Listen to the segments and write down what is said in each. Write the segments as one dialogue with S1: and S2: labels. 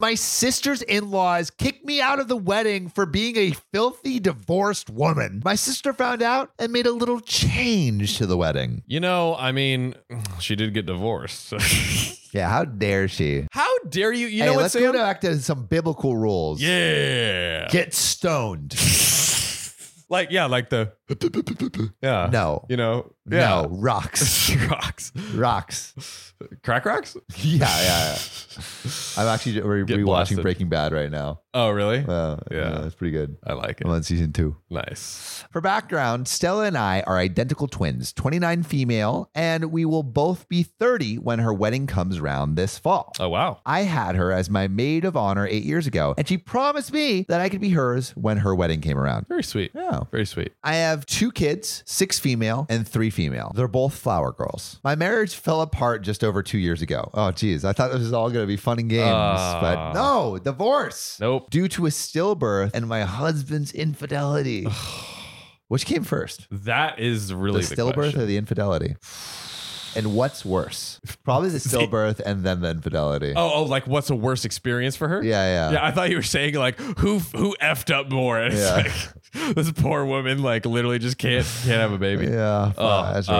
S1: my sister's in laws kicked me out of the wedding for being a filthy divorced woman. My sister found out and made a little change to the wedding.
S2: You know, I mean, she did get divorced. so-
S1: Yeah, how dare she?
S2: How dare you? You
S1: hey,
S2: know what,
S1: let's go
S2: Sam?
S1: back to some biblical rules.
S2: yeah.
S1: Get stoned.
S2: like yeah, like the yeah.
S1: No.
S2: You know.
S1: No, rocks.
S2: Yeah. Rocks.
S1: rocks.
S2: Crack rocks?
S1: Yeah, yeah. yeah. I'm actually re-
S2: Get
S1: rewatching
S2: blasted.
S1: Breaking Bad right now.
S2: Oh, really?
S1: Uh,
S2: Yeah.
S1: that's pretty good.
S2: I like it.
S1: I'm on season two.
S2: Nice.
S1: For background, Stella and I are identical twins, 29 female, and we will both be 30 when her wedding comes round this fall.
S2: Oh wow.
S1: I had her as my maid of honor eight years ago, and she promised me that I could be hers when her wedding came around.
S2: Very sweet.
S1: Oh.
S2: Very sweet.
S1: I have two kids, six female and three female. They're both flower girls. My marriage fell apart just over two years ago. Oh, geez. I thought this was all going to be fun and games,
S2: Ah.
S1: but no, divorce.
S2: Nope.
S1: Due to a stillbirth and my husband's infidelity. Which came first?
S2: That is
S1: The
S2: really the,
S1: stillbirth
S2: question.
S1: or the infidelity? And what's worse? Probably the stillbirth and then the infidelity.
S2: Oh, oh, like what's a worse experience for her?
S1: Yeah, yeah.
S2: Yeah, I thought you were saying like who who effed up more. And it's like this poor woman like literally just can't can't have a baby.
S1: Yeah, fuck,
S2: Oh,
S1: that's rough.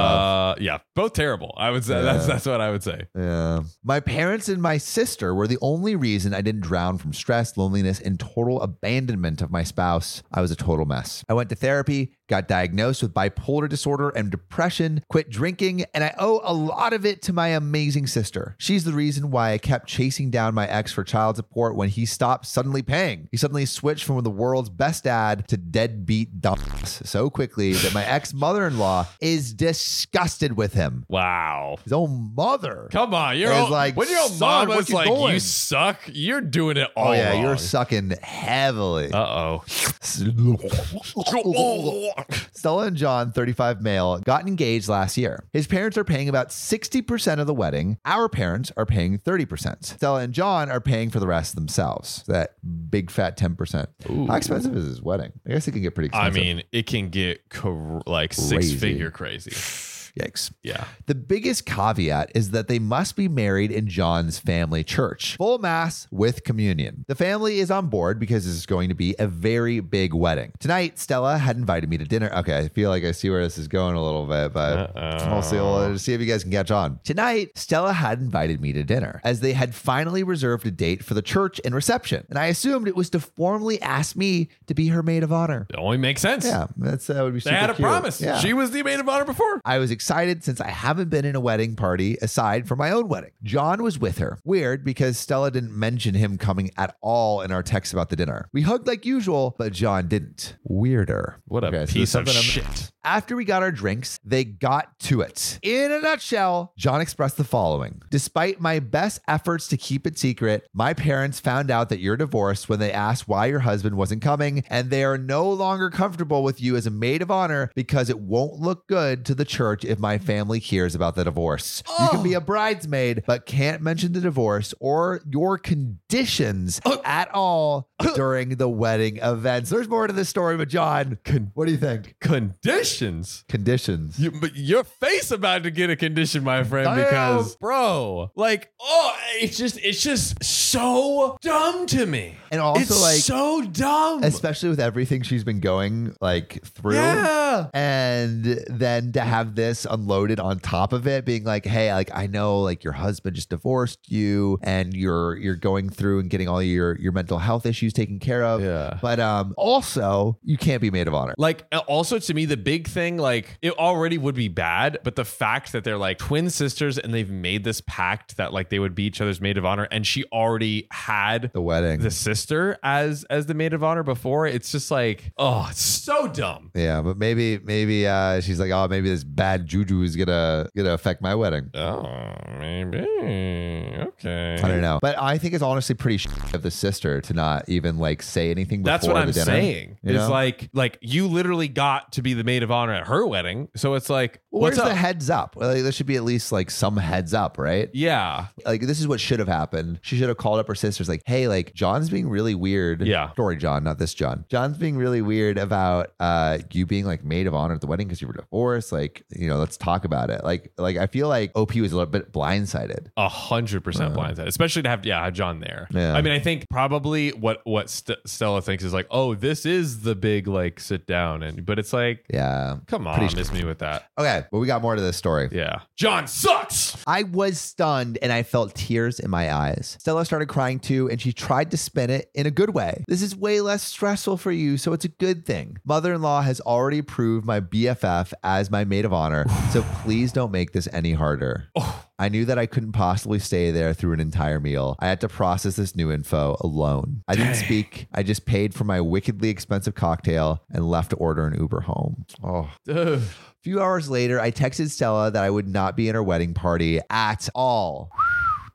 S2: uh, yeah, both terrible. I would say that's that's what I would say.
S1: Yeah. My parents and my sister were the only reason I didn't drown from stress, loneliness, and total abandonment of my spouse. I was a total mess. I went to therapy, got diagnosed with bipolar disorder and depression, quit drinking, and I owe a lot of it to my amazing sister. She's the reason why I kept chasing down my ex for child support when he stopped suddenly paying. He suddenly switched from the world's best dad to deadbeat dumbass so quickly that my ex mother in law is disgusted with him.
S2: Wow.
S1: His own mother.
S2: Come on, you're
S1: It's
S2: all,
S1: like,
S2: when your old
S1: son,
S2: mama's
S1: what you
S2: like
S1: doing?
S2: you suck, you're doing it all.
S1: Oh yeah, you're sucking heavily.
S2: Uh oh.
S1: Stella and John, 35 male, got engaged last year. His parents are paying about 60% of the wedding. Our parents are paying 30%. Stella and John are paying for the rest themselves. That big fat 10%. How expensive is his wedding? I guess it can get pretty
S2: I
S1: expensive.
S2: mean, it can get cor- like six
S1: Crazy.
S2: figure crazy.
S1: yikes.
S2: Yeah.
S1: The biggest caveat is that they must be married in John's family church, full mass with communion. The family is on board because this is going to be a very big wedding. Tonight, Stella had invited me to dinner. Okay, I feel like I see where this is going a little bit, but
S2: Uh-oh.
S1: we'll see, we'll see if you guys can catch on. Tonight, Stella had invited me to dinner as they had finally reserved a date for the church and reception, and I assumed it was to formally ask me to be her maid of honor.
S2: It only makes sense.
S1: Yeah, that's that would be.
S2: They
S1: super
S2: had a
S1: cute.
S2: promise.
S1: Yeah.
S2: She was the maid of honor before.
S1: I was excited since I haven't been in a wedding party aside from my own wedding. John was with her. Weird because Stella didn't mention him coming at all in our text about the dinner. We hugged like usual, but John didn't. Weirder.
S2: What a
S1: Okay, so there's
S2: piece of
S1: something I'm-
S2: shit.
S1: after we got our drinks, they got to it. In a nutshell, John expressed the following Despite my best efforts to keep it secret, my parents found out that you're divorced when they asked why your husband wasn't coming, and they are no longer comfortable with you as a maid of honor because it won't look good to the church if my family hears about the divorce. You can be a bridesmaid, but can't mention the divorce or your conditions at all during the wedding events. There's more to this story, but John, what do you think?
S2: Conditions.
S1: conditions.
S2: You, but your face about to get a condition, my friend,
S1: Damn.
S2: because bro, like, oh, it's just, it's just so dumb to me.
S1: And also,
S2: it's
S1: like-
S2: so dumb.
S1: Especially with everything she's been going like through.
S2: Yeah.
S1: And then to have this unloaded on top of it, being like, hey, like I know like your husband just divorced you and you're you're going through and getting all your your mental health issues taken care of.
S2: Yeah.
S1: But um also you can't be maid of honor.
S2: Like uh, also to me the big thing like it already would be bad but the fact that they're like twin sisters and they've made this pact that like they would be each other's maid of honor and she already had
S1: The wedding.
S2: the sister as as the maid of honor before it's just like oh it's so dumb
S1: yeah, but maybe maybe uh she's like, oh, maybe this bad juju is gonna gonna affect my wedding.
S2: oh maybe okay
S1: I don't know, but I think it's honestly pretty sh- of the sister to not even like say anything.
S2: that's
S1: before
S2: what
S1: the
S2: I'm
S1: dinner,
S2: saying.
S1: you
S2: It's
S1: know?
S2: like like you literally got to be the maid of honor at her wedding, so it's like
S1: Where's
S2: what's
S1: the
S2: up?
S1: heads up? Like, there should be at least like some heads up, right?
S2: yeah,
S1: Like this is what should have happened. She should have called up her sisters, like, "Hey, like John's being really weird."
S2: Yeah.
S1: story John, not this John. John's being really weird about uh you being like maid of honor at the wedding because you were divorced. Like, you know, let's talk about it. Like, like I feel like OP was a little bit blindsided.
S2: a hundred percent of blindsided, especially to have yeah have John there.
S1: Uh-huh. Yeah.
S2: I mean, I think probably what what St- Stella thinks is like, oh, this is the big like sit down, and but it's like,
S1: Yeah.
S2: come on,
S1: Pretty-
S2: miss me with that.
S1: Okay, but we got more to this story.
S2: Yeah, John sucks.
S1: I was stunned and I felt tears in my eyes. Stella started crying too, and she tried to spin it in a good way. This is way less stressful for you, so it's a good thing. Mother in law has already approved my BFF as my maid of honor, so please don't make this any harder.
S2: Oh.
S1: I knew that I couldn't possibly stay there through an entire meal. I had to process this new info alone. I didn't
S2: Dang.
S1: speak. I just paid for my wickedly expensive cocktail and left to order an Uber home. Oh.
S2: Ugh.
S1: A few hours later, I texted Stella that I would not be in her wedding party at all.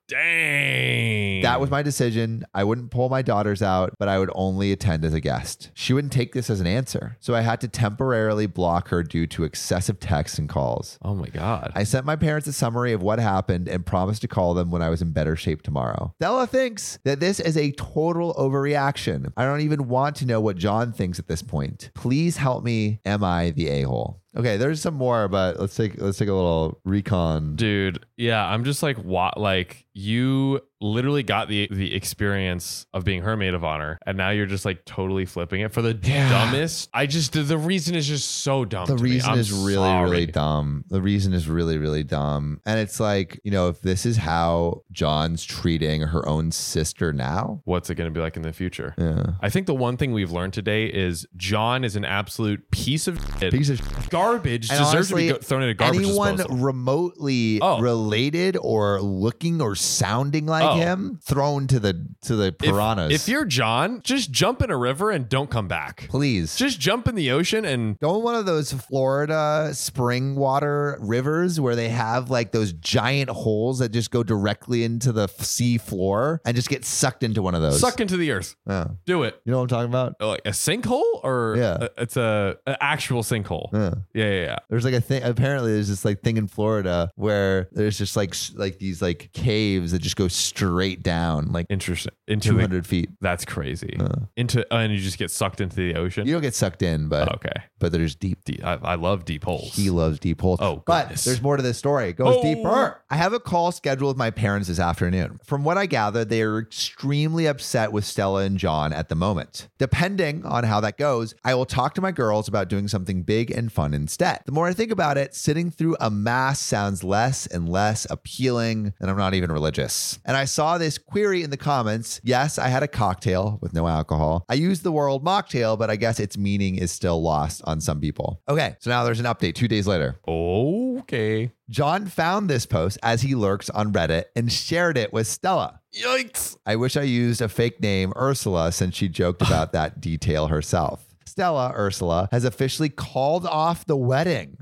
S2: Dang.
S1: That was my decision. I wouldn't pull my daughters out, but I would only attend as a guest. She wouldn't take this as an answer, so I had to temporarily block her due to excessive texts and calls.
S2: Oh my god.
S1: I sent my parents a summary of what happened and promised to call them when I was in better shape tomorrow. Stella thinks that this is a total overreaction. I don't even want to know what John thinks at this point. Please help me. Am I the a-hole? Okay, there's some more, but let's take let's take a little recon.
S2: Dude, yeah, I'm just like what like you literally got the the experience of being her maid of honor and now you're just like totally flipping it for the
S1: Yeah.
S2: dumbest. I just the, the reason is just so dumb.
S1: The
S2: to me.
S1: reason
S2: I'm
S1: is really,
S2: sorry.
S1: really dumb. The reason is really, really dumb. And it's like, you know, if this is how John's treating her own sister now,
S2: What's it going to be like in the future?
S1: yeah.
S2: I think the one thing we've learned today is John is an absolute piece of shit.
S1: Piece of
S2: garbage
S1: And
S2: deserves
S1: honestly,
S2: to be go- thrown in a garbage
S1: anyone
S2: disposal.
S1: remotely
S2: Oh.
S1: related or looking or sounding like
S2: Oh.
S1: him thrown to the to the
S2: If-
S1: piranhas.
S2: If, you're John, just jump in a river and don't come back.
S1: please
S2: Just jump in the ocean and
S1: go in one of those Florida spring water rivers where they have like those giant holes that just go directly into the f- sea floor and just get sucked into one of those.
S2: suck into the earth.
S1: Yeah.
S2: Do it.
S1: You know what I'm talking about?
S2: Oh, like a sinkhole or
S1: Yeah.
S2: a- it's a, a actual sinkhole.
S1: Yeah.
S2: Yeah, yeah, yeah.
S1: There's like a thing. Apparently, there's this like thing in Florida where there's just like s- like these like caves that just go straight down like
S2: Interesting. Into the,
S1: 200 feet.
S2: that's crazy.
S1: Uh.
S2: into oh, and you just get sucked into the ocean.
S1: You don't get sucked in, but
S2: okay.
S1: but there's deep.
S2: Deep, I, I love deep holes.
S1: He loves deep holes.
S2: Oh,
S1: but
S2: goodness.
S1: there's more to this story. It goes
S2: Oh.
S1: deeper. I have a call scheduled with my parents this afternoon. From what I gather, they are extremely upset with Stella and John at the moment. Depending on how that goes, I will talk to my girls about doing something big and fun instead. The more I think about it, sitting through a mass sounds less and less appealing, and I'm not even religious. And I saw this query in the comments. Yes, I had a cocktail with no alcohol. I used the word mocktail, but I guess its meaning is still lost on some people. Okay, so now there's an update two days later.
S2: okay.
S1: John found this post as he lurks on Reddit and shared it with Stella.
S2: Yikes.
S1: I wish I used a fake name, Ursula, since she joked about that detail herself. Stella, Ursula, has officially called off the wedding.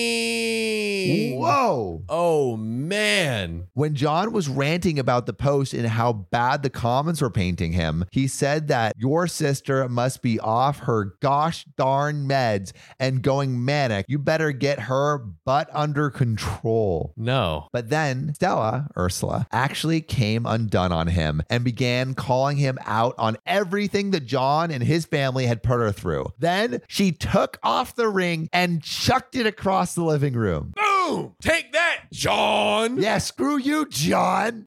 S2: Dang.
S1: Whoa.
S2: Oh man.
S1: When John was ranting about the post and how bad the comments were painting him, he said that your sister must be off her gosh darn meds and going manic. You better get her butt under control.
S2: No.
S1: But then Stella, Ursula, actually came undone on him and began calling him out on everything that John and his family had put her through. Then she took off the ring and chucked it across the living room.
S2: Boom. Take that, John.
S1: Yeah, screw you, John.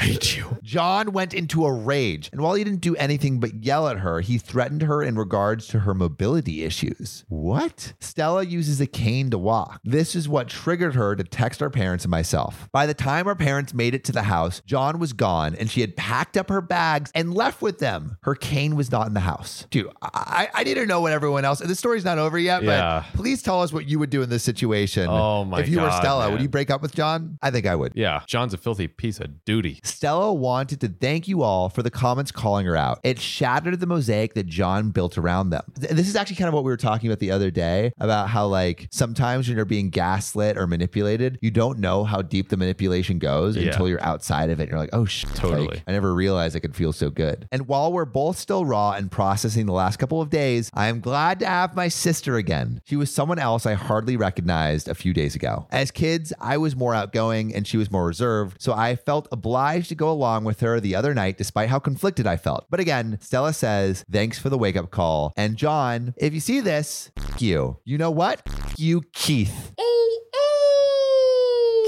S2: Hate you.
S1: John went into a rage, and while he didn't do anything but yell at her, he threatened her in regards to her mobility issues. What? Stella uses a cane to walk. This is what triggered her to text our parents and myself. By the time our parents made it to the house, John was gone, and she had packed up her bags and left with them. Her cane was not in the house. Dude, I, I I need to know what everyone else. The story's not over yet,
S2: Yeah.
S1: but please tell us what you would do in this situation.
S2: Oh my
S1: If you were
S2: God,
S1: Stella,
S2: man.
S1: would you break up with John? I think I would.
S2: Yeah. John's a filthy piece of duty.
S1: Stella wanted to thank you all for the comments calling her out. It shattered the mosaic that John built around them. Th- This is actually kind of what we were talking about the other day about how, like, sometimes when you're being gaslit or manipulated, you don't know how deep the manipulation goes
S2: Yeah.
S1: until you're outside of it. And you're like, oh, shit.
S2: Totally.
S1: like, I never realized I could feel so good. And while we're both still raw and processing the last couple of days, I am glad to have my sister again. She was someone else I hardly recognized a few days ago. As kids, I was more outgoing and she was more reserved, so I felt obliged to go along with her the other night despite how conflicted I felt. But again, Stella says, thanks for the wake up call. And John, if you see this, f- you. You know what? F- You, Keith.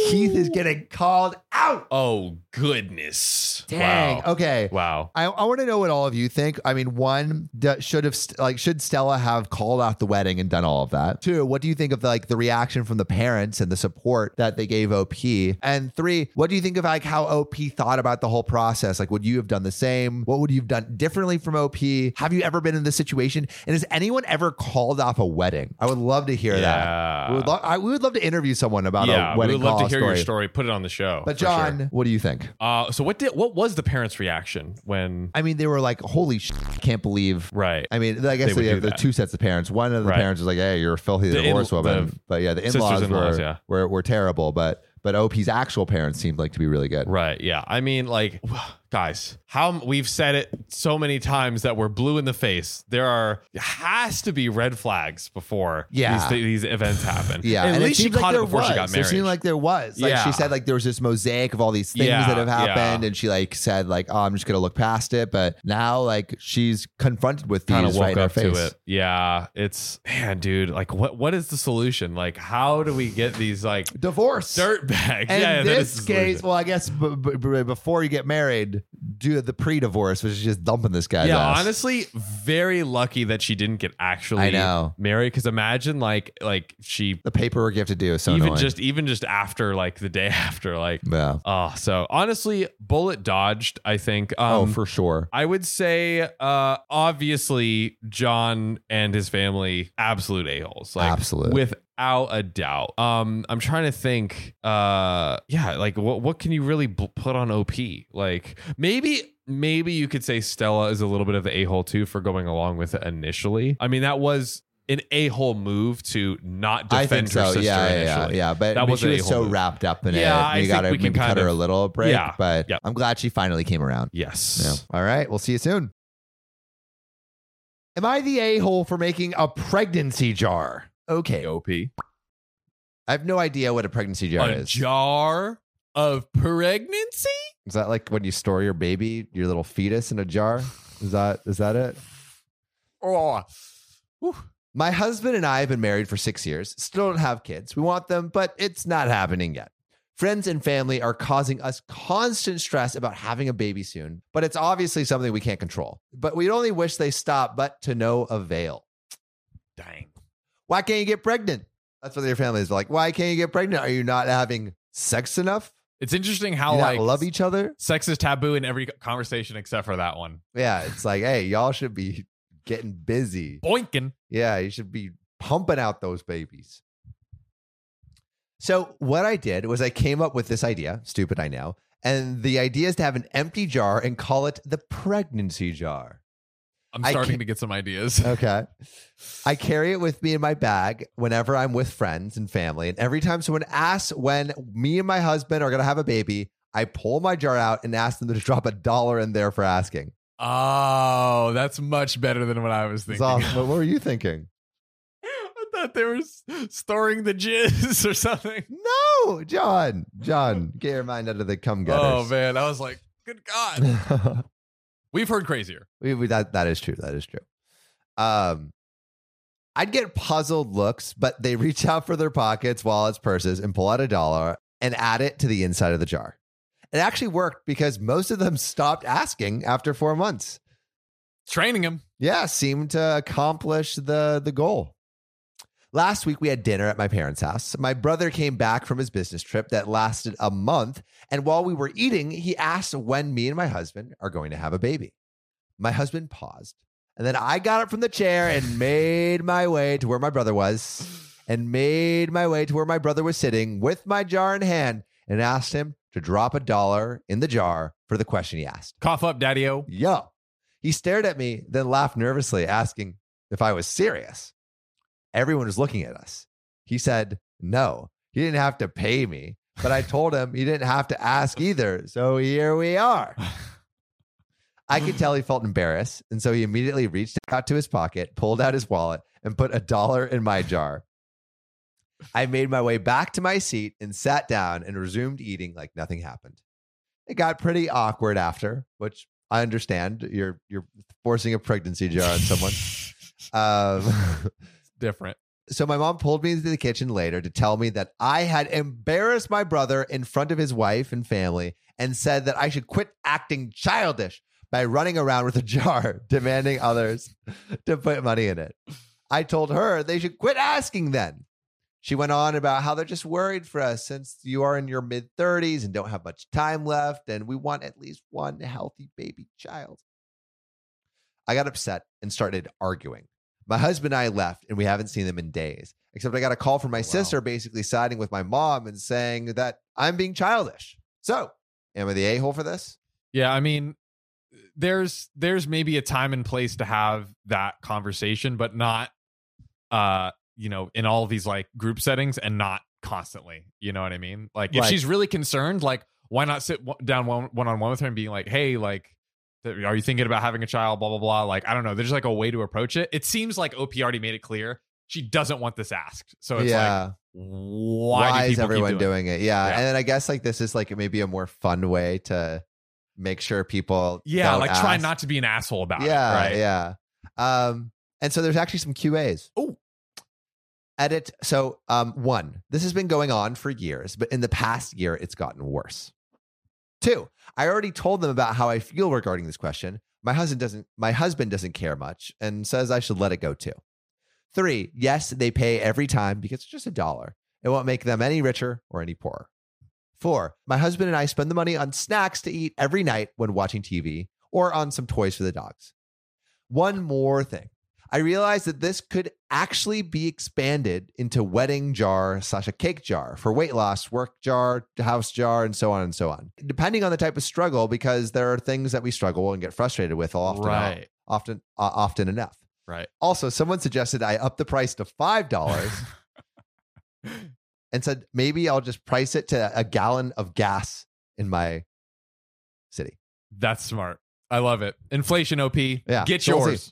S1: Keith is getting called out.
S2: Oh goodness!
S1: Dang.
S2: Wow.
S1: Okay.
S2: Wow.
S1: I, I want to know what all of you think. I mean, one d- should have st- like should Stella have called out the wedding and done all of that. Two, what do you think of like the reaction from the parents and the support that they gave OP? And three, what do you think of like how OP thought about the whole process? Like, would you have done the same? What would you have done differently from OP? Have you ever been in this situation? And has anyone ever called off a wedding? I would love to hear that.
S2: yeah.
S1: We would, lo- I, we would love to interview someone about
S2: yeah,
S1: a
S2: we
S1: wedding
S2: would love to
S1: call-off
S2: hear
S1: story.
S2: your story. Put it on the show.
S1: But
S2: for sure.
S1: John, what do you think?
S2: uh, so what did what was the parents' reaction when?
S1: I mean, they were like, "Holy shit, I can't believe
S2: Right.
S1: I mean, I guess
S2: would
S1: they have
S2: do
S1: the
S2: that.
S1: two sets of parents. One of the
S2: Right.
S1: parents was like, "Hey, you're a filthy
S2: The in-
S1: divorce woman,"
S2: the
S1: but yeah, the
S2: sisters
S1: in-laws,
S2: in-laws,
S1: were,
S2: yeah.
S1: were were terrible. But but Opie's actual parents seemed like to be really good.
S2: Right. Yeah. I mean, like, guys, how we've said it so many times that we're blue in the face. There are has to be red flags before
S1: Yeah.
S2: these, these events happen.
S1: Yeah,
S2: At
S1: and
S2: least
S1: it
S2: she
S1: seems like
S2: caught it
S1: there
S2: before
S1: was.
S2: she got
S1: It
S2: married.
S1: seemed like there was. Like she
S2: Yeah.
S1: said, like there was this mosaic of all these things
S2: Yeah,
S1: that have happened,
S2: yeah.
S1: and she like said, like, "Oh, I'm just gonna look past it." But now, like, she's confronted with
S2: kind of
S1: these
S2: woke
S1: right in her
S2: up
S1: face.
S2: to it. Yeah. It's man, dude. Like, what what is the solution? Like, how do we get these like
S1: Divorce.
S2: dirt bags?
S1: And
S2: yeah. yeah, that is
S1: this
S2: the
S1: case,
S2: solution.
S1: well, I guess b- b- b- before you get married, do the pre-divorce, which is just dumping this guy's
S2: yeah,
S1: ass.
S2: honestly, very lucky that she didn't get actually
S1: I know.
S2: married. Because imagine like like she
S1: the paperwork you have to do is so
S2: even
S1: annoying.
S2: just even just after like the day after like
S1: yeah.
S2: Oh, so honestly, bullet dodged. I think.
S1: Oh,
S2: Um,
S1: for sure.
S2: I would say, uh, obviously, John and his family, absolute a holes, like
S1: Absolute.
S2: without a doubt. Um, I'm trying to think. Uh, yeah, like what what can you really bl- put on OP? Like maybe. Maybe you could say Stella is a little bit of the a hole too for going along with it initially. I mean, that was an a hole move to not
S1: I
S2: defend
S1: think so.
S2: her sister
S1: Yeah, yeah, yeah,
S2: initially.
S1: yeah. But
S2: That
S1: I mean,
S2: was
S1: she
S2: a
S1: was so
S2: whole-
S1: wrapped up in
S2: Yeah, I
S1: it. You
S2: think
S1: got to
S2: we can
S1: maybe cut
S2: kind
S1: her
S2: of-
S1: a little break.
S2: Yeah,
S1: But
S2: yeah.
S1: I'm glad she finally came around.
S2: Yes.
S1: Yeah. All right. We'll see you soon. Am I the a hole for making a pregnancy jar? Okay.
S2: OP.
S1: I have no idea what a pregnancy jar
S2: a
S1: is.
S2: jar of pregnancy?
S1: Is that like when you store your baby, your little fetus in a jar? Is that is that it?
S2: Oh, Whew.
S1: My husband and I have been married for six years, still don't have kids. We want them, but it's not happening yet. Friends and family are causing us constant stress about having a baby soon, but it's obviously something we can't control. But we'd only wish they stopped, but to no avail.
S2: dang.
S1: Why can't you get pregnant? That's what their family is like. Why can't you get pregnant? Are you not having sex enough?
S2: It's interesting
S1: You
S2: how
S1: not
S2: like
S1: love each other?
S2: sex is taboo in every conversation except for that one.
S1: Yeah, it's like, hey, y'all should be getting busy.
S2: Boinkin.
S1: Yeah, you should be pumping out those babies. So, what I did was I came up with this idea, stupid I know, and the idea is to have an empty jar and call it the pregnancy jar.
S2: I'm
S1: I
S2: starting
S1: can't-
S2: to get some ideas.
S1: Okay. I carry it with me in my bag whenever I'm with friends and family. And every time someone asks when me and my husband are going to have a baby, I pull my jar out and ask them to drop a dollar in there for asking.
S2: Oh, that's much better than what I was
S1: It's
S2: thinking.
S1: all- what were you thinking?
S2: I thought they were s- storing the jizz or something.
S1: No, John, John, get your mind out of the cum gutters.
S2: Oh man, I was like, good God. We've heard crazier.
S1: we, we, that, that is true. That is true. Um, I'd get puzzled looks, but they reach out for their pockets, wallets, purses, and pull out a dollar and add it to the inside of the jar. It actually worked because most of them stopped asking after four months.
S2: Training him.
S1: Yeah, seemed to accomplish the the goal. Last week we had dinner at my parents' house. My brother came back from his business trip that lasted a month, and while we were eating, he asked when me and my husband are going to have a baby. My husband paused, and then I got up from the chair and made my way to where my brother was, and made my way to where my brother was sitting with my jar in hand and asked him to drop a dollar in the jar for the question he asked.
S2: Cough up, Daddy O.
S1: Yo. He stared at me, then laughed nervously, asking if I was serious. Everyone was looking at us. He said, No, he didn't have to pay me. But I told him he didn't have to ask either. So here we are. I could tell he felt embarrassed. And so he immediately reached out to his pocket, pulled out his wallet, and put a dollar in my jar. I made my way back to my seat and sat down and resumed eating like nothing happened. It got pretty awkward after, which I understand. You're you're forcing a pregnancy jar on someone. Um,
S2: Different.
S1: So my mom pulled me into the kitchen later to tell me that I had embarrassed my brother in front of his wife and family and said that I should quit acting childish by running around with a jar demanding others to put money in it. I told her they should quit asking then. She went on about how they're just worried for us since you are in your mid 30s and don't have much time left, and we want at least one healthy baby child. I got upset and started arguing. My husband and I left, and we haven't seen them in days. Except I got a call from my
S2: Oh, Wow.
S1: sister basically siding with my mom and saying that I'm being childish. So, am I the a hole for this?
S2: Yeah, I mean, there's there's maybe a time and place to have that conversation, but not uh, you know, in all these like group settings and not constantly. You know what I mean? Like if
S1: Right.
S2: she's really concerned, like why not sit w- down one on one with her and being like, "Hey, like th- are you thinking about having a child, blah blah blah." Like, I don't know, there's like a way to approach it. It seems like OP already made it clear she doesn't want this asked. So it's like
S1: why,
S2: why, do
S1: is
S2: people keep
S1: everyone
S2: doing it?
S1: doing it? Yeah.
S2: Yeah.
S1: and then I guess like this is like maybe a more fun way to make sure people
S2: Yeah,
S1: don't
S2: like try
S1: ask.
S2: not to be an asshole about
S1: yeah,
S2: it. Right.
S1: yeah. Um, and so there's actually some QAs.
S2: Oh.
S1: edit. So um, one, this has been going on for years, but in the past year, it's gotten worse. Two, I already told them about how I feel regarding this question. My husband doesn't. My husband doesn't care much and says I should let it go too. Three, yes, they pay every time because it's just a dollar. It won't make them any richer or any poorer. Four, my husband and I spend the money on snacks to eat every night when watching TV or on some toys for the dogs. One more thing. I realized that this could actually be expanded into wedding jar slash a cake jar for weight loss, work jar, house jar, and so on and so on, depending on the type of struggle, because there are things that we struggle and get frustrated with often,
S2: right.
S1: often, uh, often enough.
S2: Right.
S1: Also, someone suggested I up the price to five dollars and said maybe I'll just price it to a gallon of gas in my city.
S2: That's smart. I love it. Inflation OP.
S1: Yeah.
S2: Get
S1: So we'll see.
S2: yours.